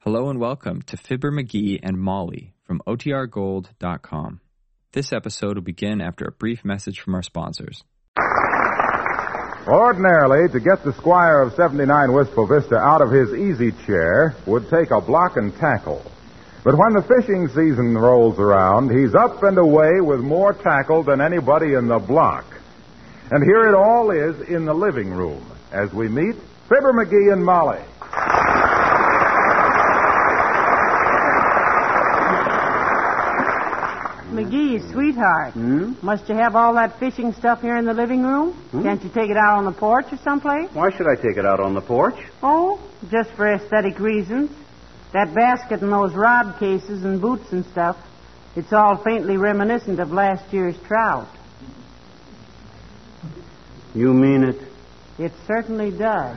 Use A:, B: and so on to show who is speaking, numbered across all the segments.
A: Hello and welcome to Fibber McGee and Molly from OTRGold.com. This episode will begin after a brief message from our sponsors.
B: Ordinarily, to get the squire of 79 Wistful Vista out of his easy chair would take a block and tackle. But when the fishing season rolls around, he's up and away with more tackle than anybody in the block. And here it all is in the living room as we meet Fibber McGee and Molly.
C: McGee, sweetheart, must you have all that fishing stuff here in the living room? Can't you take it out on the porch or someplace?
D: Why should I take it out on the porch?
C: Oh, just for aesthetic reasons. That basket and those rod cases and boots and stuff, it's all faintly reminiscent of last year's trout.
D: You mean it?
C: It certainly does.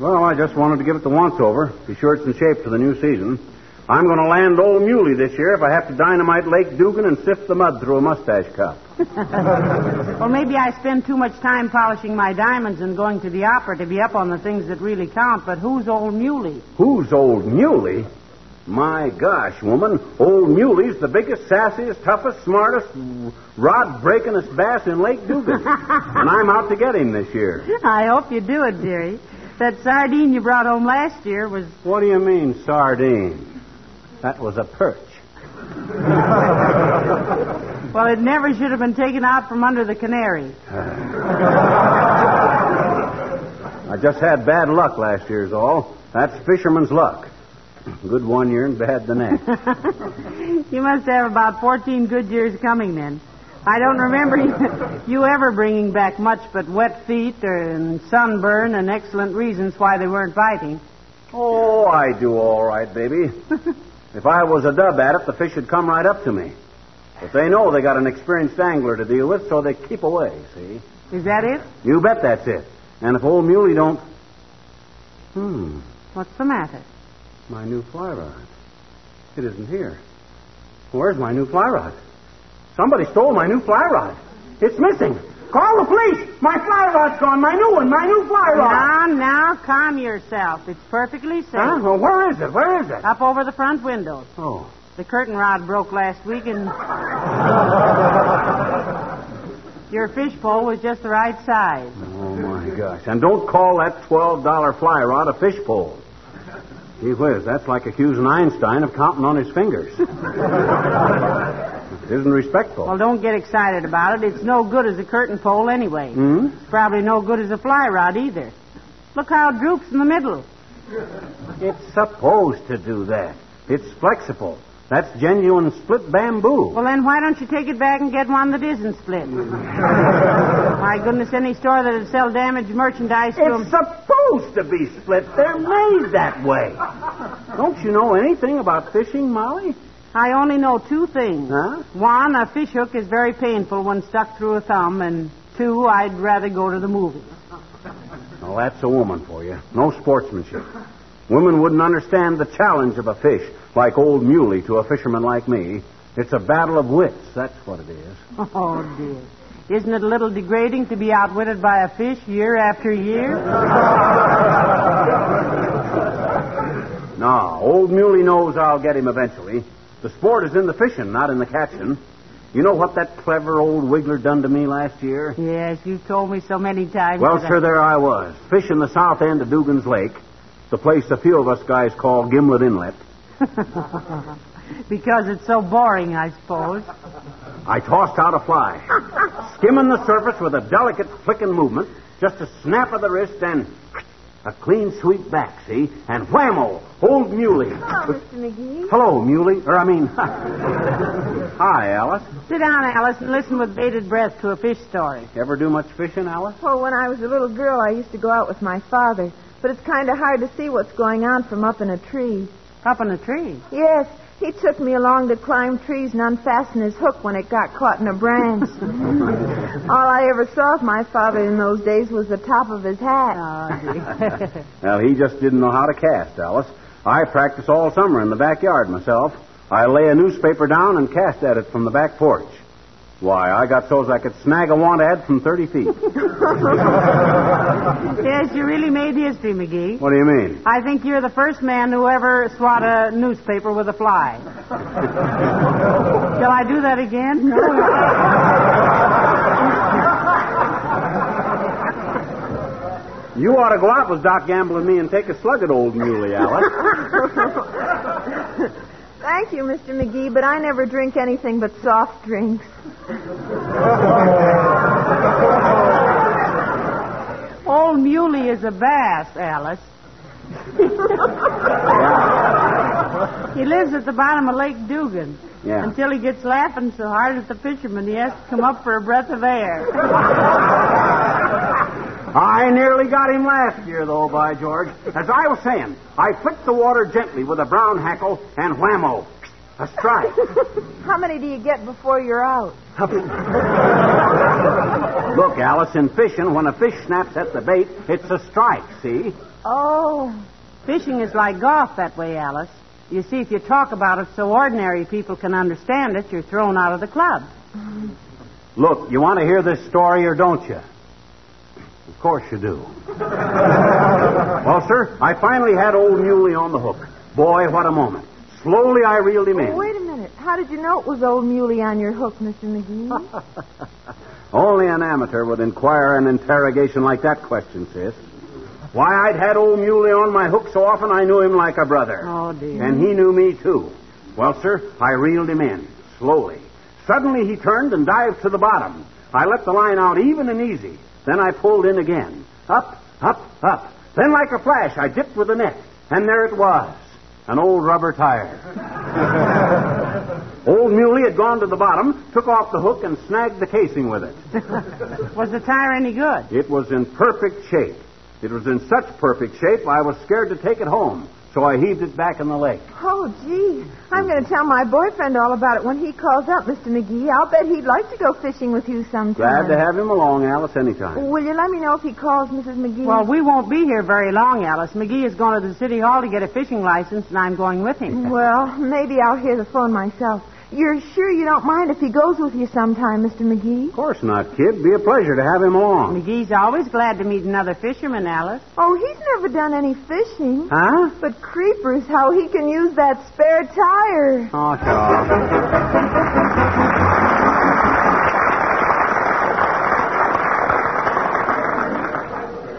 D: Well, I just wanted to give it the once over. Be sure it's in shape for the new season. I'm going to land old Muley this year if I have to dynamite Lake Dugan and sift the mud through a mustache cup.
C: Well, maybe I spend too much time polishing my diamonds and going to the opera to be up on the things that really count, but who's old Muley?
D: Who's old Muley? My gosh, woman, old Muley's the biggest, sassiest, toughest, smartest, rod breakingest bass in Lake Dugan. and I'm out to get him this year.
C: I hope you do it, dearie. That sardine you brought home last year was
D: What do you mean, sardine? That was a perch.
C: Well, it never should have been taken out from under the canary.
D: I just had bad luck last year's all. That's fisherman's luck. Good one year and bad the next.
C: You must have about 14 good years coming then. I don't remember you ever bringing back much but wet feet or, and sunburn and excellent reasons why they weren't biting.
D: oh, I do all right, baby. If I was a dub at it, the fish would come right up to me. But they know they got an experienced angler to deal with, so they keep away, see?
C: Is that it?
D: You bet that's it. And if old Muley don't. Hmm,
C: What's the matter?
D: my new fly rod. It isn't here. Where's my new fly rod? Somebody stole my new fly rod. It's missing. Call the police. My fly rod's gone. My new one. My new fly rod.
C: Now, now, calm yourself. It's perfectly safe.
D: Huh? Ah, Well, where is it? Where is it?
C: Up over the front windows.
D: Oh.
C: The curtain rod broke last week and. Your fishpole was just the right size.
D: Oh, my gosh. And don't call that $12 fly rod a fishpole. Gee whiz, that's like accusing Einstein of counting on his fingers. it isn't respectful.
C: Well, don't get excited about it. It's no good as a curtain pole anyway.
D: Mm. Hmm?
C: It's probably no good as a fly rod either. Look how it droops in the middle.
D: It's supposed to do that. It's flexible. That's genuine split bamboo.
C: Well, then why don't you take it back and get one that isn't split? My goodness, any store that would sell damaged merchandise to 'em-
D: It's supposed to be split. They're made that way. Don't you know anything about fishing, Molly?
C: I only know two things.
D: Huh?
C: One, a fish hook is very painful when stuck through a thumb, and two, I'd rather go to the movies.
D: Well, that's a woman for you. No sportsmanship. Women wouldn't understand the challenge of a fish like old Muley to a fisherman like me. It's a battle of wits. That's what it is.
C: Oh, dear. Isn't it a little degrading to be outwitted by a fish year after year?
D: No, old Muley knows I'll get him eventually. The sport is in the fishing, not in the catching. You know what that clever old wiggler done to me last year?
C: Yes, you've told me so many times.
D: Well,
C: that I-
D: sir, there I was, fishing the south end of Dugan's Lake, the place a few of us guys call Gimlet Inlet.
C: Because it's so boring, I suppose.
D: I tossed out a fly, skimming the surface with a delicate flicking movement, just a snap of the wrist and a clean sweep back, see? And whammo, old Muley.
E: Oh,
C: McGee.
D: Hello, Muley, or I mean, hi, Alice.
C: Sit down, Alice, and listen with bated breath to a fish story.
D: Ever do much fishing, Alice?
E: Well, when I was a little girl, I used to go out with my father, but it's kind of hard to see what's going on from up in a tree.
C: Up in a tree.
E: Yes, he took me along to climb trees and unfasten his hook when it got caught in a branch. All I ever saw of my father in those days was the top of his hat.
C: Oh,
D: Well, he just didn't know how to cast, Alice. I practice all summer in the backyard myself. I lay a newspaper down and cast at it from the back porch. Why, I got so's I could snag a want ad from 30 feet.
C: Yes, you really made history, McGee.
D: what do you mean?
C: I think you're the first man who ever swat a newspaper with a fly. Shall I do that again?
D: You ought to go out with Doc Gamble and me and take a slug at old Muley, Alice.
E: Thank you, Mr. McGee, but I never drink anything but soft drinks.
C: Old Muley is a bass, Alice. he lives at the bottom of Lake Dugan.
D: Yeah.
C: Until he gets laughing so hard at the fishermen, he has to come up for a breath of air.
D: I nearly got him last year, though, by George. As I was saying, I flicked the water gently with a brown hackle and whammo. A strike.
E: How many do you get before you're out?
D: Look, Alice, in fishing, when a fish snaps at the bait, it's a strike, see?
E: Oh,
C: Fishing is like golf that way, Alice. You see, if you talk about it so ordinary people can understand it, you're thrown out of the club.
D: Look, you want to hear this story or don't you? Of course you do. well, sir, I finally had old Muley on the hook. Boy, what a moment. Slowly I reeled him in.
E: wait a minute. How did you know it was old Muley on your hook, Mr. McGee?
D: Only an amateur would inquire an interrogation like that question, sis. Why, I'd had old Muley on my hook so often I knew him like a brother.
C: Oh, dear.
D: And he knew me, too. Well, sir, I reeled him in, slowly. Suddenly he turned and dived to the bottom. I let the line out even and easy. Then I pulled in again. Up, up, up. Then, like a flash, I dipped with the net. And there it was an old rubber tire. old Muley had gone to the bottom, took off the hook, and snagged the casing with it.
C: Was the tire any good?
D: It was in perfect shape. It was in such perfect shape, I was scared to take it home, so I heaved it back in the lake.
E: Oh, gee. I'm going to tell my boyfriend all about it when he calls up, Mr. McGee. I'll bet he'd like to go fishing with you sometime.
D: Glad to have him along, Alice, anytime.
E: Will you let me know if he calls, Mrs. McGee?
C: Well, we won't be here very long, Alice. McGee is going to the city hall to get a fishing license, and I'm going with him.
E: Well, maybe I'll hear the phone myself. You're sure you don't mind if he goes with you sometime, Mr. McGee?
D: Of course not, kid. Be a pleasure to have him along.
C: McGee's always glad to meet another fisherman, Alice.
E: Oh, he's never done any fishing.
D: Huh?
E: But creepers, how he can use that spare tire.
D: Oh, sure.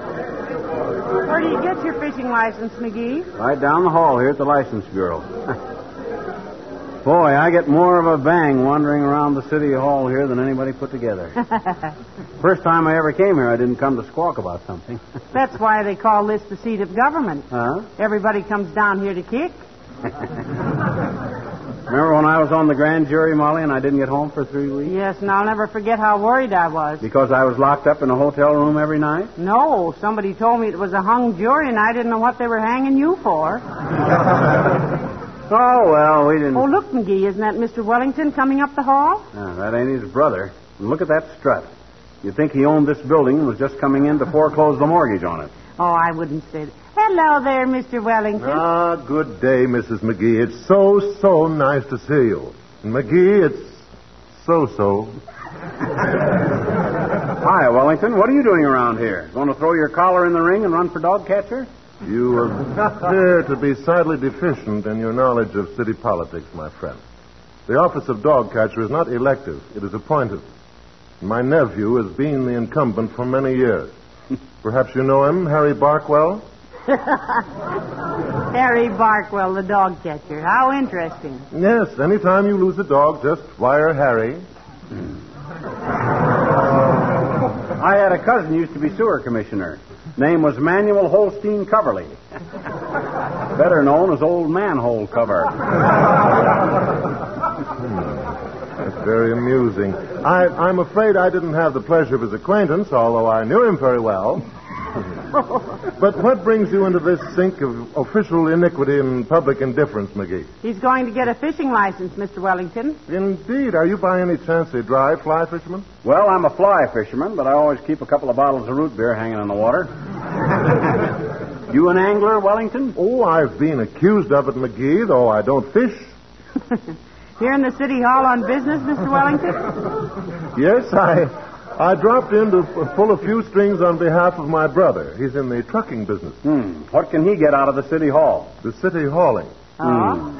C: Where do you get your fishing license, McGee?
D: Right down the hall here at the license bureau. Boy, I get more of a bang wandering around the city hall here than anybody put together. First time I ever came here, I didn't come to squawk about something.
C: That's why they call this the seat of government.
D: huh?
C: Everybody comes down here to kick.
D: Remember when I was on the grand jury, Molly, and I didn't get home for three weeks?
C: Yes, and I'll never forget how worried I was.
D: Because I was locked up in a hotel room every night?
C: No, somebody told me it was a hung jury, and I didn't know what they were hanging you for.
D: Oh, well, we didn't.
C: Oh, look, McGee, isn't that Mr. Wellington coming up the hall?
D: Now, that ain't his brother. And look at that strut. You'd think he owned this building and was just coming in to foreclose the mortgage on it.
C: Oh, I wouldn't say that. Hello there, Mr. Wellington.
F: Ah, good day, Mrs. McGee. It's so, so nice to see you. McGee, it's so, so.
D: Hi, Wellington. What are you doing around here? Going to throw your collar in the ring and run for dog catcher?
F: You appear to be sadly deficient in your knowledge of city politics, my friend. The office of dog catcher is not elective, it is appointed. My nephew has been the incumbent for many years. Perhaps you know him, Harry Barkwell?
C: Harry Barkwell, the dog catcher. How interesting.
F: Yes, anytime you lose a dog, just wire Harry.
D: I had a cousin who used to be sewer commissioner. Name was Manuel Holstein Coverly. Better known as Old Manhole Cover.
F: That's very amusing. I, I'm afraid I didn't have the pleasure of his acquaintance, although I knew him very well. but what brings you into this sink of official iniquity and public indifference, McGee?
C: He's going to get a fishing license, Mr. Wellington.
F: Indeed, are you by any chance a dry fly fisherman?
D: Well, I'm a fly fisherman, but I always keep a couple of bottles of root beer hanging in the water. you an angler, Wellington?
F: Oh, I've been accused of it, McGee, though I don't fish.
C: Here in the city hall on business, Mr. Wellington?
G: Yes, I, I dropped in to p- pull a few strings on behalf of my brother. He's in the trucking business,
D: Hmm. What can he get out of the city hall?
G: the city hauling.
C: Oh,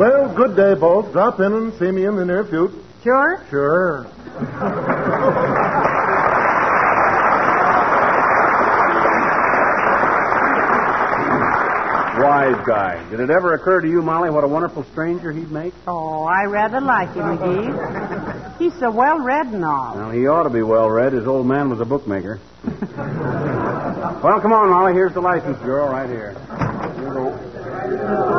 G: Well, good day, both. Drop in and see me in the near future.
C: sure.
G: Sure.
D: Wise guy. Did it ever occur to you, Molly, what a wonderful stranger he'd make?
C: Oh, I rather like him, McGee. He's so well read and all.
D: Well, he ought to be well read. His old man was a bookmaker. well, come on, Molly. Here's the license bureau right here. Here you go.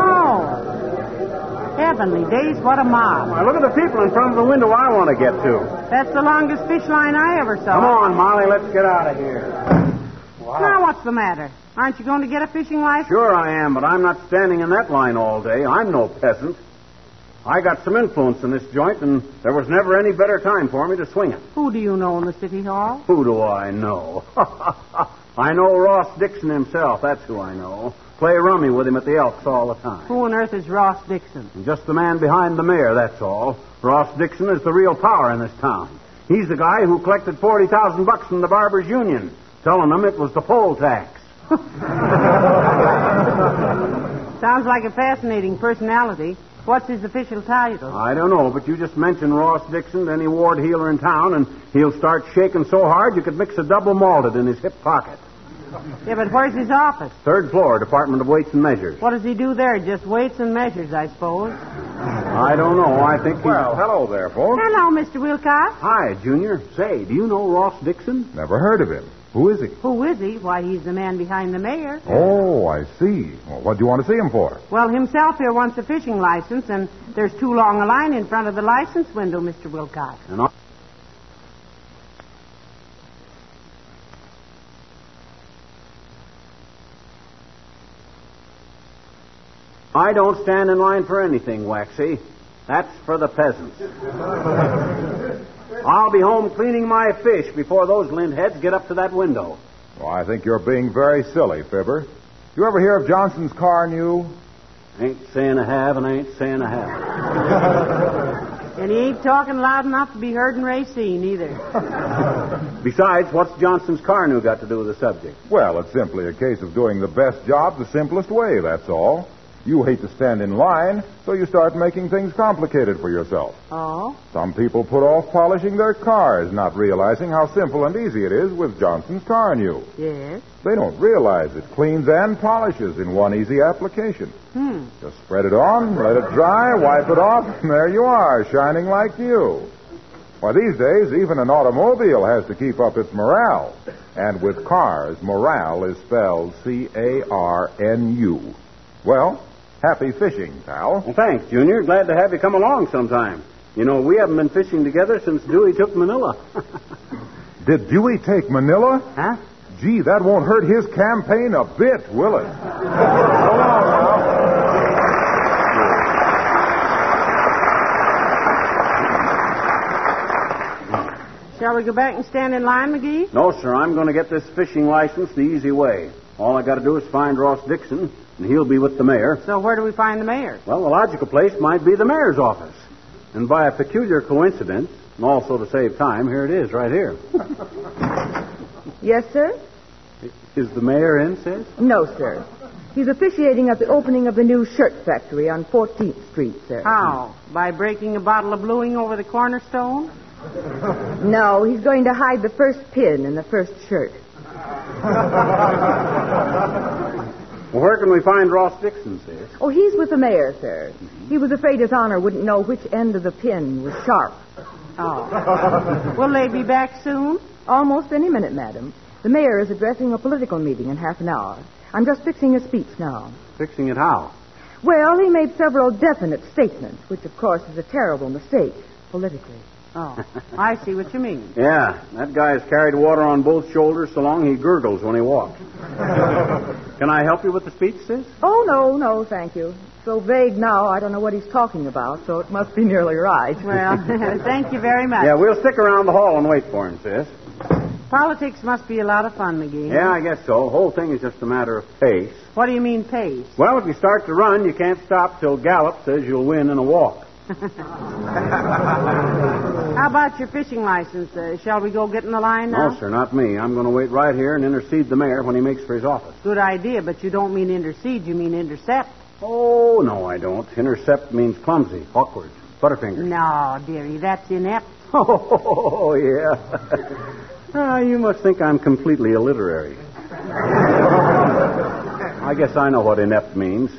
C: Oh. Heavenly days, what a mob.
D: Why, look at the people in front of the window I want to get to.
C: That's the longest fish line I ever saw.
D: Come on, Molly, let's get out of here.
C: Now, what's the matter? Aren't you going to get a fishing license?
D: Sure I am, but I'm not standing in that line all day. I'm no peasant. I got some influence in this joint, and there was never any better time for me to swing it.
C: Who do you know in the city hall?
D: Who do I know? I know Ross Dixon himself. That's who I know. Play rummy with him at the Elks all the time.
C: Who on earth is Ross Dixon?
D: And Just the man behind the mayor, that's all. Ross Dixon is the real power in this town. He's the guy who collected 40,000 bucks from the barbers union, telling them it was the poll tax.
C: Sounds like a fascinating personality. What's his official title?
D: I don't know, but you just mention Ross Dixon to any ward healer in town, and he'll start shaking so hard you could mix a double malted in his hip pocket.
C: Yeah, but where's his office?
D: Third floor, Department of Weights and Measures.
C: What does he do there? Just weights and measures, I suppose.
D: I don't know. I think he.
F: Well, hello there, folks.
C: Hello, Mr. Wilcox.
D: Hi, Junior. Say, do you know Ross Dixon?
F: Never heard of him. Who is he?
C: Who is he? Why, he's the man behind the mayor.
F: Oh, I see. Well, what do you want to see him for?
C: Well, himself here wants a fishing license, and there's too long a line in front of the license window, Mr. Wilcox.
D: And I... I don't stand in line for anything, Waxy. That's for the peasants. I'll be home cleaning my fish before those lindheads get up to that window.
F: Well, I think you're being very silly, Fibber. You ever hear of Johnson's car new?
D: Ain't saying I have and I ain't saying I have.
C: And he ain't talking loud enough to be heard in Racine either.
D: Besides, what's Johnson's Carnew got to do with the subject?
F: Well, it's simply a case of doing the best job the simplest way, that's all. You hate to stand in line, so you start making things complicated for yourself.
C: Oh?
F: Some people put off polishing their cars, not realizing how simple and easy it is with Johnson's Car New.
C: Yes.
F: They don't realize it cleans and polishes in one easy application.
C: Hmm.
F: Just spread it on, let it dry, wipe it off, and there you are, shining like new. Why, these days, even an automobile has to keep up its morale. And with cars, morale is spelled C A R N U. Well, happy fishing, pal.
D: Well, thanks, Junior. Glad to have you come along sometime. You know, we haven't been fishing together since Dewey took Manila.
F: Did Dewey take Manila?
D: huh?
F: Gee, that won't hurt his campaign a bit, will it?
C: Shall we go back and stand in line, McGee?
D: No, sir. I'm going to get this fishing license the easy way. All I got to do is find Ross Dixon, and he'll be with the mayor.
C: So where do we find the mayor?
D: Well, the logical place might be the mayor's office. And by a peculiar coincidence, and also to save time, here it is, right here.
E: Yes, sir?
D: Is the mayor in, sis?
E: No, sir. He's officiating at the opening of the new shirt factory on 14th Street, sir.
C: How? By breaking a bottle of bluing over the cornerstone?
E: No, he's going to hide the first pin in the first shirt.
D: Well, where can we find Ross Dixon, sis?
E: Oh, he's with the mayor, sir. He was afraid his honor wouldn't know which end of the pin was sharp.
C: Oh. Will they be back soon?
E: Almost any minute, madam. The mayor is addressing a political meeting in half an hour. I'm just fixing a speech now.
D: Fixing it how?
E: Well, he made several definite statements, which, of course, is a terrible mistake politically.
C: Oh, I see what you mean.
D: Yeah, that guy has carried water on both shoulders so long he gurgles when he walks. Can I help you with the speech, sis?
E: Oh, no, no, thank you. So vague now, I don't know what he's talking about, so it must be nearly right.
C: Well, thank you very much.
D: Uh, Yeah, we'll stick around the hall and wait for him, sis.
C: Politics must be a lot of fun, McGee.
D: Yeah, I guess so. The whole thing is just a matter of pace.
C: What do you mean pace?
D: Well, if you start to run, you can't stop till Gallup says you'll win in a walk.
C: How about your fishing license? Uh, shall we go get in the line now?
D: No, sir, not me. I'm going to wait right here and intercede the mayor when he makes for his office.
C: Good idea, but you don't mean intercede, you mean intercept.
D: Oh, no, I don't. Intercept means clumsy, awkward, butterfinger.
C: No, dearie, that's inept.
D: Oh, yeah. Ah, you must think I'm completely illiterary. I guess I know what inept means.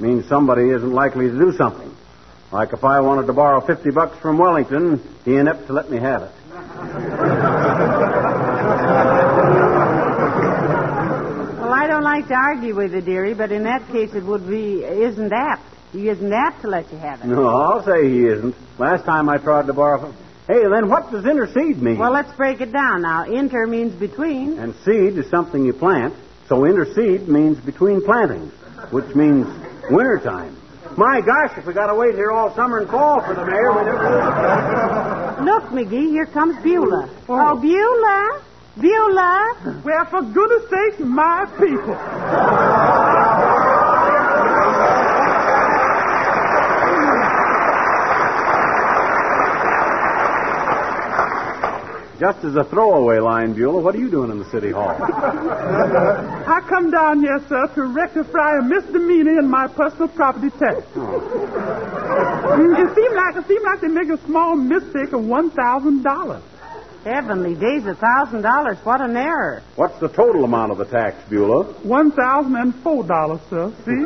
D: means somebody isn't likely to do something. Like if I wanted to borrow 50 bucks from Wellington, he inept to let me have it.
C: Well, I don't like to argue with you, dearie, but in that case it would be isn't apt. He isn't apt to let you have it.
D: No, I'll say he isn't. Last time I tried to borrow from... Hey, then what does intercede mean?
C: Well, let's break it down now. Inter means between.
D: And seed is something you plant, so interseed means between plantings, which means wintertime. My gosh, if we gotta wait here all summer and fall for the mayor, we never...
C: Look, McGee, here comes Beulah. Oh, Beulah! Beulah!
H: Well, for goodness sakes, my people.
D: Just as a throwaway line, Beulah, what are you doing in the city hall?
H: I come down here, sir, to rectify a misdemeanor in my personal property tax. Mm, It seemed like it seemed like they make a small mistake of one thousand dollars.
C: Heavenly days, a thousand dollars. What an error.
D: What's the total amount of the tax, Beulah?
H: One thousand and four dollars, sir. See?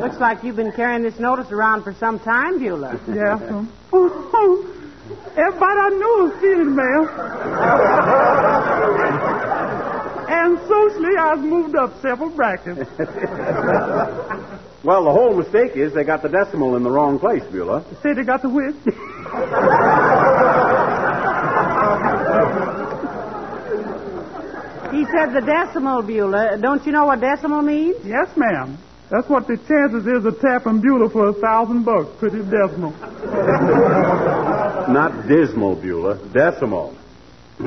C: Looks like you've been carrying this notice around for some time, Beulah.
H: Yes, sir. Everybody I knew was seen it, ma'am. and socially, I've moved up several brackets.
D: Well, the whole mistake is they got the decimal in the wrong place, Beulah.
H: Say they got the whip.
C: He said the decimal, Beulah. Don't you know what decimal means?
H: yes, ma'am. That's what the chances is of tapping Beulah for a thousand bucks. Pretty decimal.
D: Not dismal, Beulah. Decimal.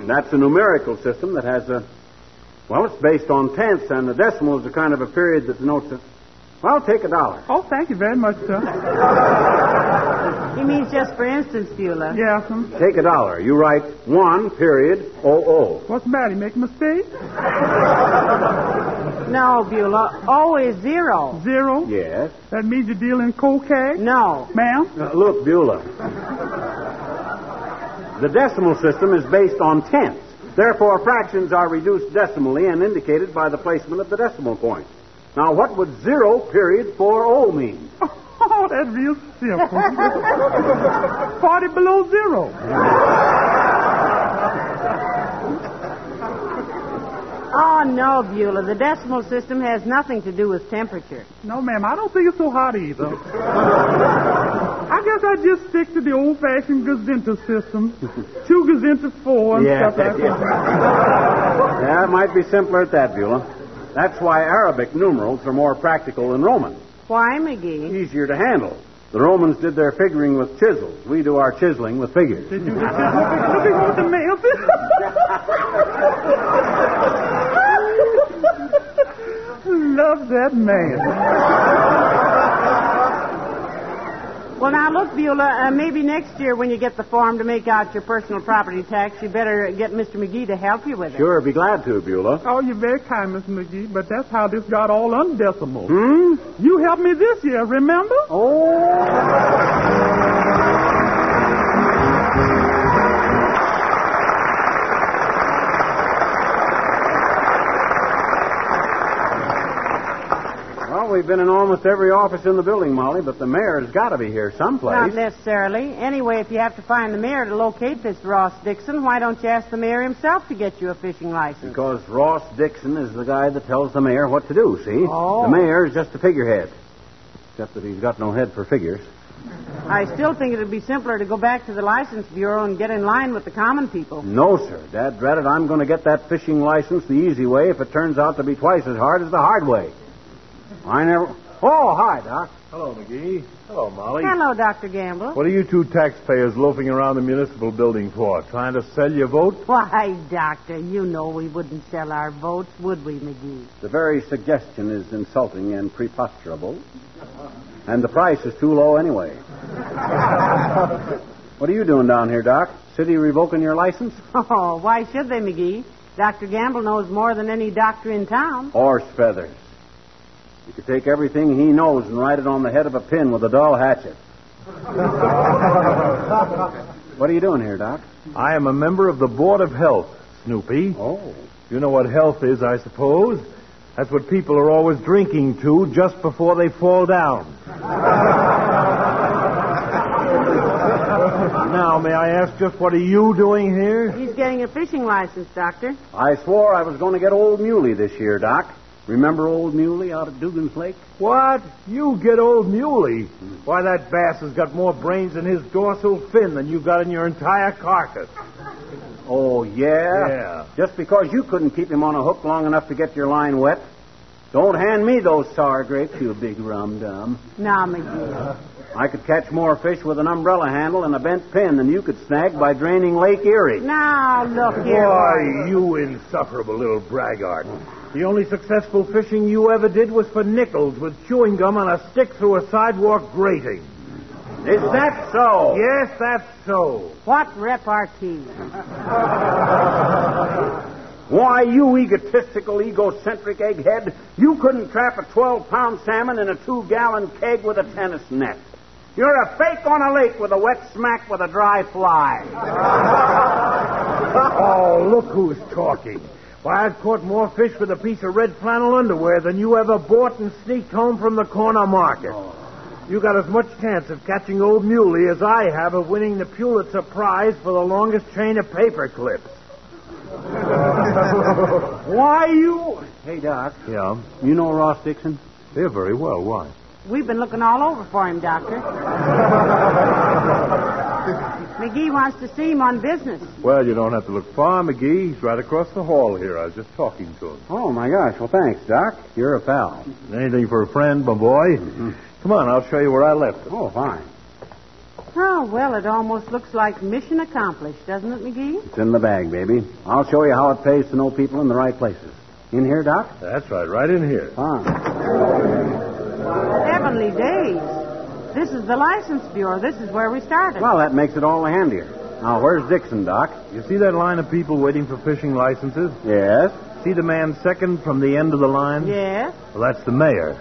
D: That's a numerical system that has a. Well, it's based on tenths, and the decimal is a kind of a period that denotes a. Well, take a dollar.
H: Oh, thank you very much, sir.
C: He means just for instance, Beulah.
H: Yes, sir.
D: Take a dollar. You write one period oh oh.
H: What's the matter? You make a mistake?
C: No, Beulah. O is zero.
H: Zero?
D: Yes.
H: That means you're dealing cold cash?
C: No.
H: Ma'am?
D: Now, look, Beulah. The decimal system is based on tenths. Therefore, fractions are reduced decimally and indicated by the placement of the decimal point. Now, what would zero period four oh mean?
H: Oh, that's real simple. Forty below zero.
C: Oh, no, Beulah. The decimal system has nothing to do with temperature.
H: No, ma'am, I don't think it's so hot either. I guess I just stick to the old-fashioned Gazinta system. Two Gazinta four and
D: Yeah,
H: stuff like that.
D: Yeah, it might be simpler at that, Beulah. That's why Arabic numerals are more practical than Roman.
C: Why, McGee?
D: Easier to handle. The Romans did their figuring with chisels. We do our chiseling with figures.
H: Did you just look at what the mail Love that man.
C: Well, now look, Beulah. Uh, maybe next year when you get the form to make out your personal property tax, you better get Mr. McGee to help you with it.
D: Sure, be glad to, Beulah.
H: Oh, you're very kind, Miss McGee, but that's how this got all undecimal.
D: Hmm?
H: You helped me this year, remember?
D: Oh. Well, We've been in almost every office in the building, Molly, but the mayor's got to be here
C: Not
D: someplace.
C: necessarily. Anyway, if you have to find the mayor to locate this Ross Dixon, why don't you ask the mayor himself to get you a fishing license?
D: Because Ross Dixon is the guy that tells the mayor what to do, see? The mayor is just a figurehead. Except that he's got no head for figures.
C: I still think it would be simpler to go back to the license bureau and get in line with the common people.
D: No, sir. Dad dreaded I'm going to get that fishing license the easy way if it turns out to be twice as hard as the hard way. I never. Oh, hi, Doc.
F: Hello, McGee. Hello, Molly.
C: Hello, Dr. Gamble.
F: What are you two taxpayers loafing around the municipal building for? Trying to sell your vote?
C: Why, Doctor, you know we wouldn't sell our votes, would we, McGee?
D: The very suggestion is insulting and preposterable. And the price is too low anyway. what are you doing down here, Doc? City revoking your license?
C: Oh, why should they, McGee? Dr. Gamble knows more than any doctor in town.
D: Horse feathers. You could take everything he knows and write it on the head of a pin with a dull hatchet. what are you doing here, Doc?
F: I am a member of the Board of Health, Snoopy.
D: Oh.
F: You know what health is, I suppose. That's what people are always drinking to just before they fall down. now, may I ask just what are you doing here?
C: He's getting a fishing license, Doctor.
D: I swore I was going to get old Muley this year, Doc. Remember old Muley out at Dugan's Lake?
F: What? You get old muley. Why, that bass has got more brains in his dorsal fin than you've got in your entire carcass.
D: Oh, yeah?
F: Yeah.
D: Just because you couldn't keep him on a hook long enough to get your line wet. Don't hand me those sour grapes, you big rum dum.
C: Now, McGee.
D: I could catch more fish with an umbrella handle and a bent pin than you could snag by draining Lake Erie.
C: Now, look here.
F: Why, you insufferable little braggart. The only successful fishing you ever did was for nickels with chewing gum on a stick through a sidewalk grating.
D: Is that so?
F: Yes, that's so.
C: What repartee?
D: Why, you egotistical, egocentric egghead, you couldn't trap a 12 pound salmon in a two gallon keg with a tennis net. You're a fake on a lake with a wet smack with a dry fly.
F: Oh, look who's talking. Why, I've caught more fish with a piece of red flannel underwear than you ever bought and sneaked home from the corner market. You got as much chance of catching old Muley as I have of winning the Pulitzer Prize for the longest chain of paper clips.
D: Why, you. Hey, Doc,
F: Yeah,
D: you know Ross Dixon?
F: they're very well. Why?
C: We've been looking all over for him, Doctor. McGee wants to see him on business.
F: Well, you don't have to look far, McGee. He's right across the hall here. I was just talking to him.
D: Oh, my gosh. Well, thanks, Doc. You're a pal.
F: Anything for a friend, my boy? Come on, I'll show you where I left him.
D: Oh, fine.
C: Oh, well, it almost looks like mission accomplished, doesn't it, McGee?
D: It's in the bag, baby. I'll show you how it pays to know people in the right places. In here, Doc?
F: That's right, right in here.
D: Fine.
C: Heavenly days. This is the license bureau. This is where we started.
D: Well, that makes it all the handier. Now, where's Dixon, Doc?
F: You see that line of people waiting for fishing licenses?
D: Yes.
F: See the man second from the end of the line?
C: yes.
F: Well, that's the mayor.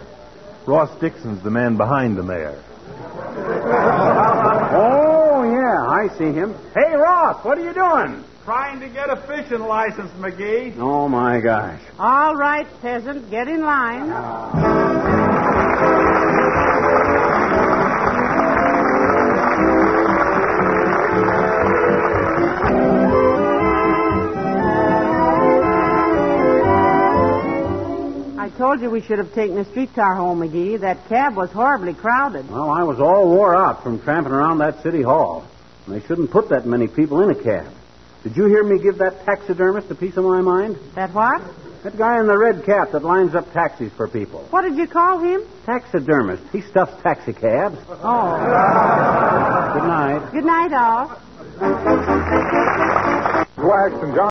F: Ross Dixon's the man behind the mayor.
D: Oh, yeah, I see him. Hey, Ross, what are you doing?
I: Trying to get a fishing license, McGee.
D: Oh, my gosh.
C: All right, peasant, get in line. I told you we should have taken a streetcar home, McGee. That cab was horribly crowded.
D: Well, I was all wore out from tramping around that city hall. And They shouldn't put that many people in a cab. Did you hear me give that taxidermist a piece of my mind?
C: That what?
D: That guy in the red cap that lines up taxis for people.
C: What did you call him?
D: Taxidermist. He stuffs taxicabs.
C: Oh.
D: Good night.
C: Good night, all.
B: Wax and John.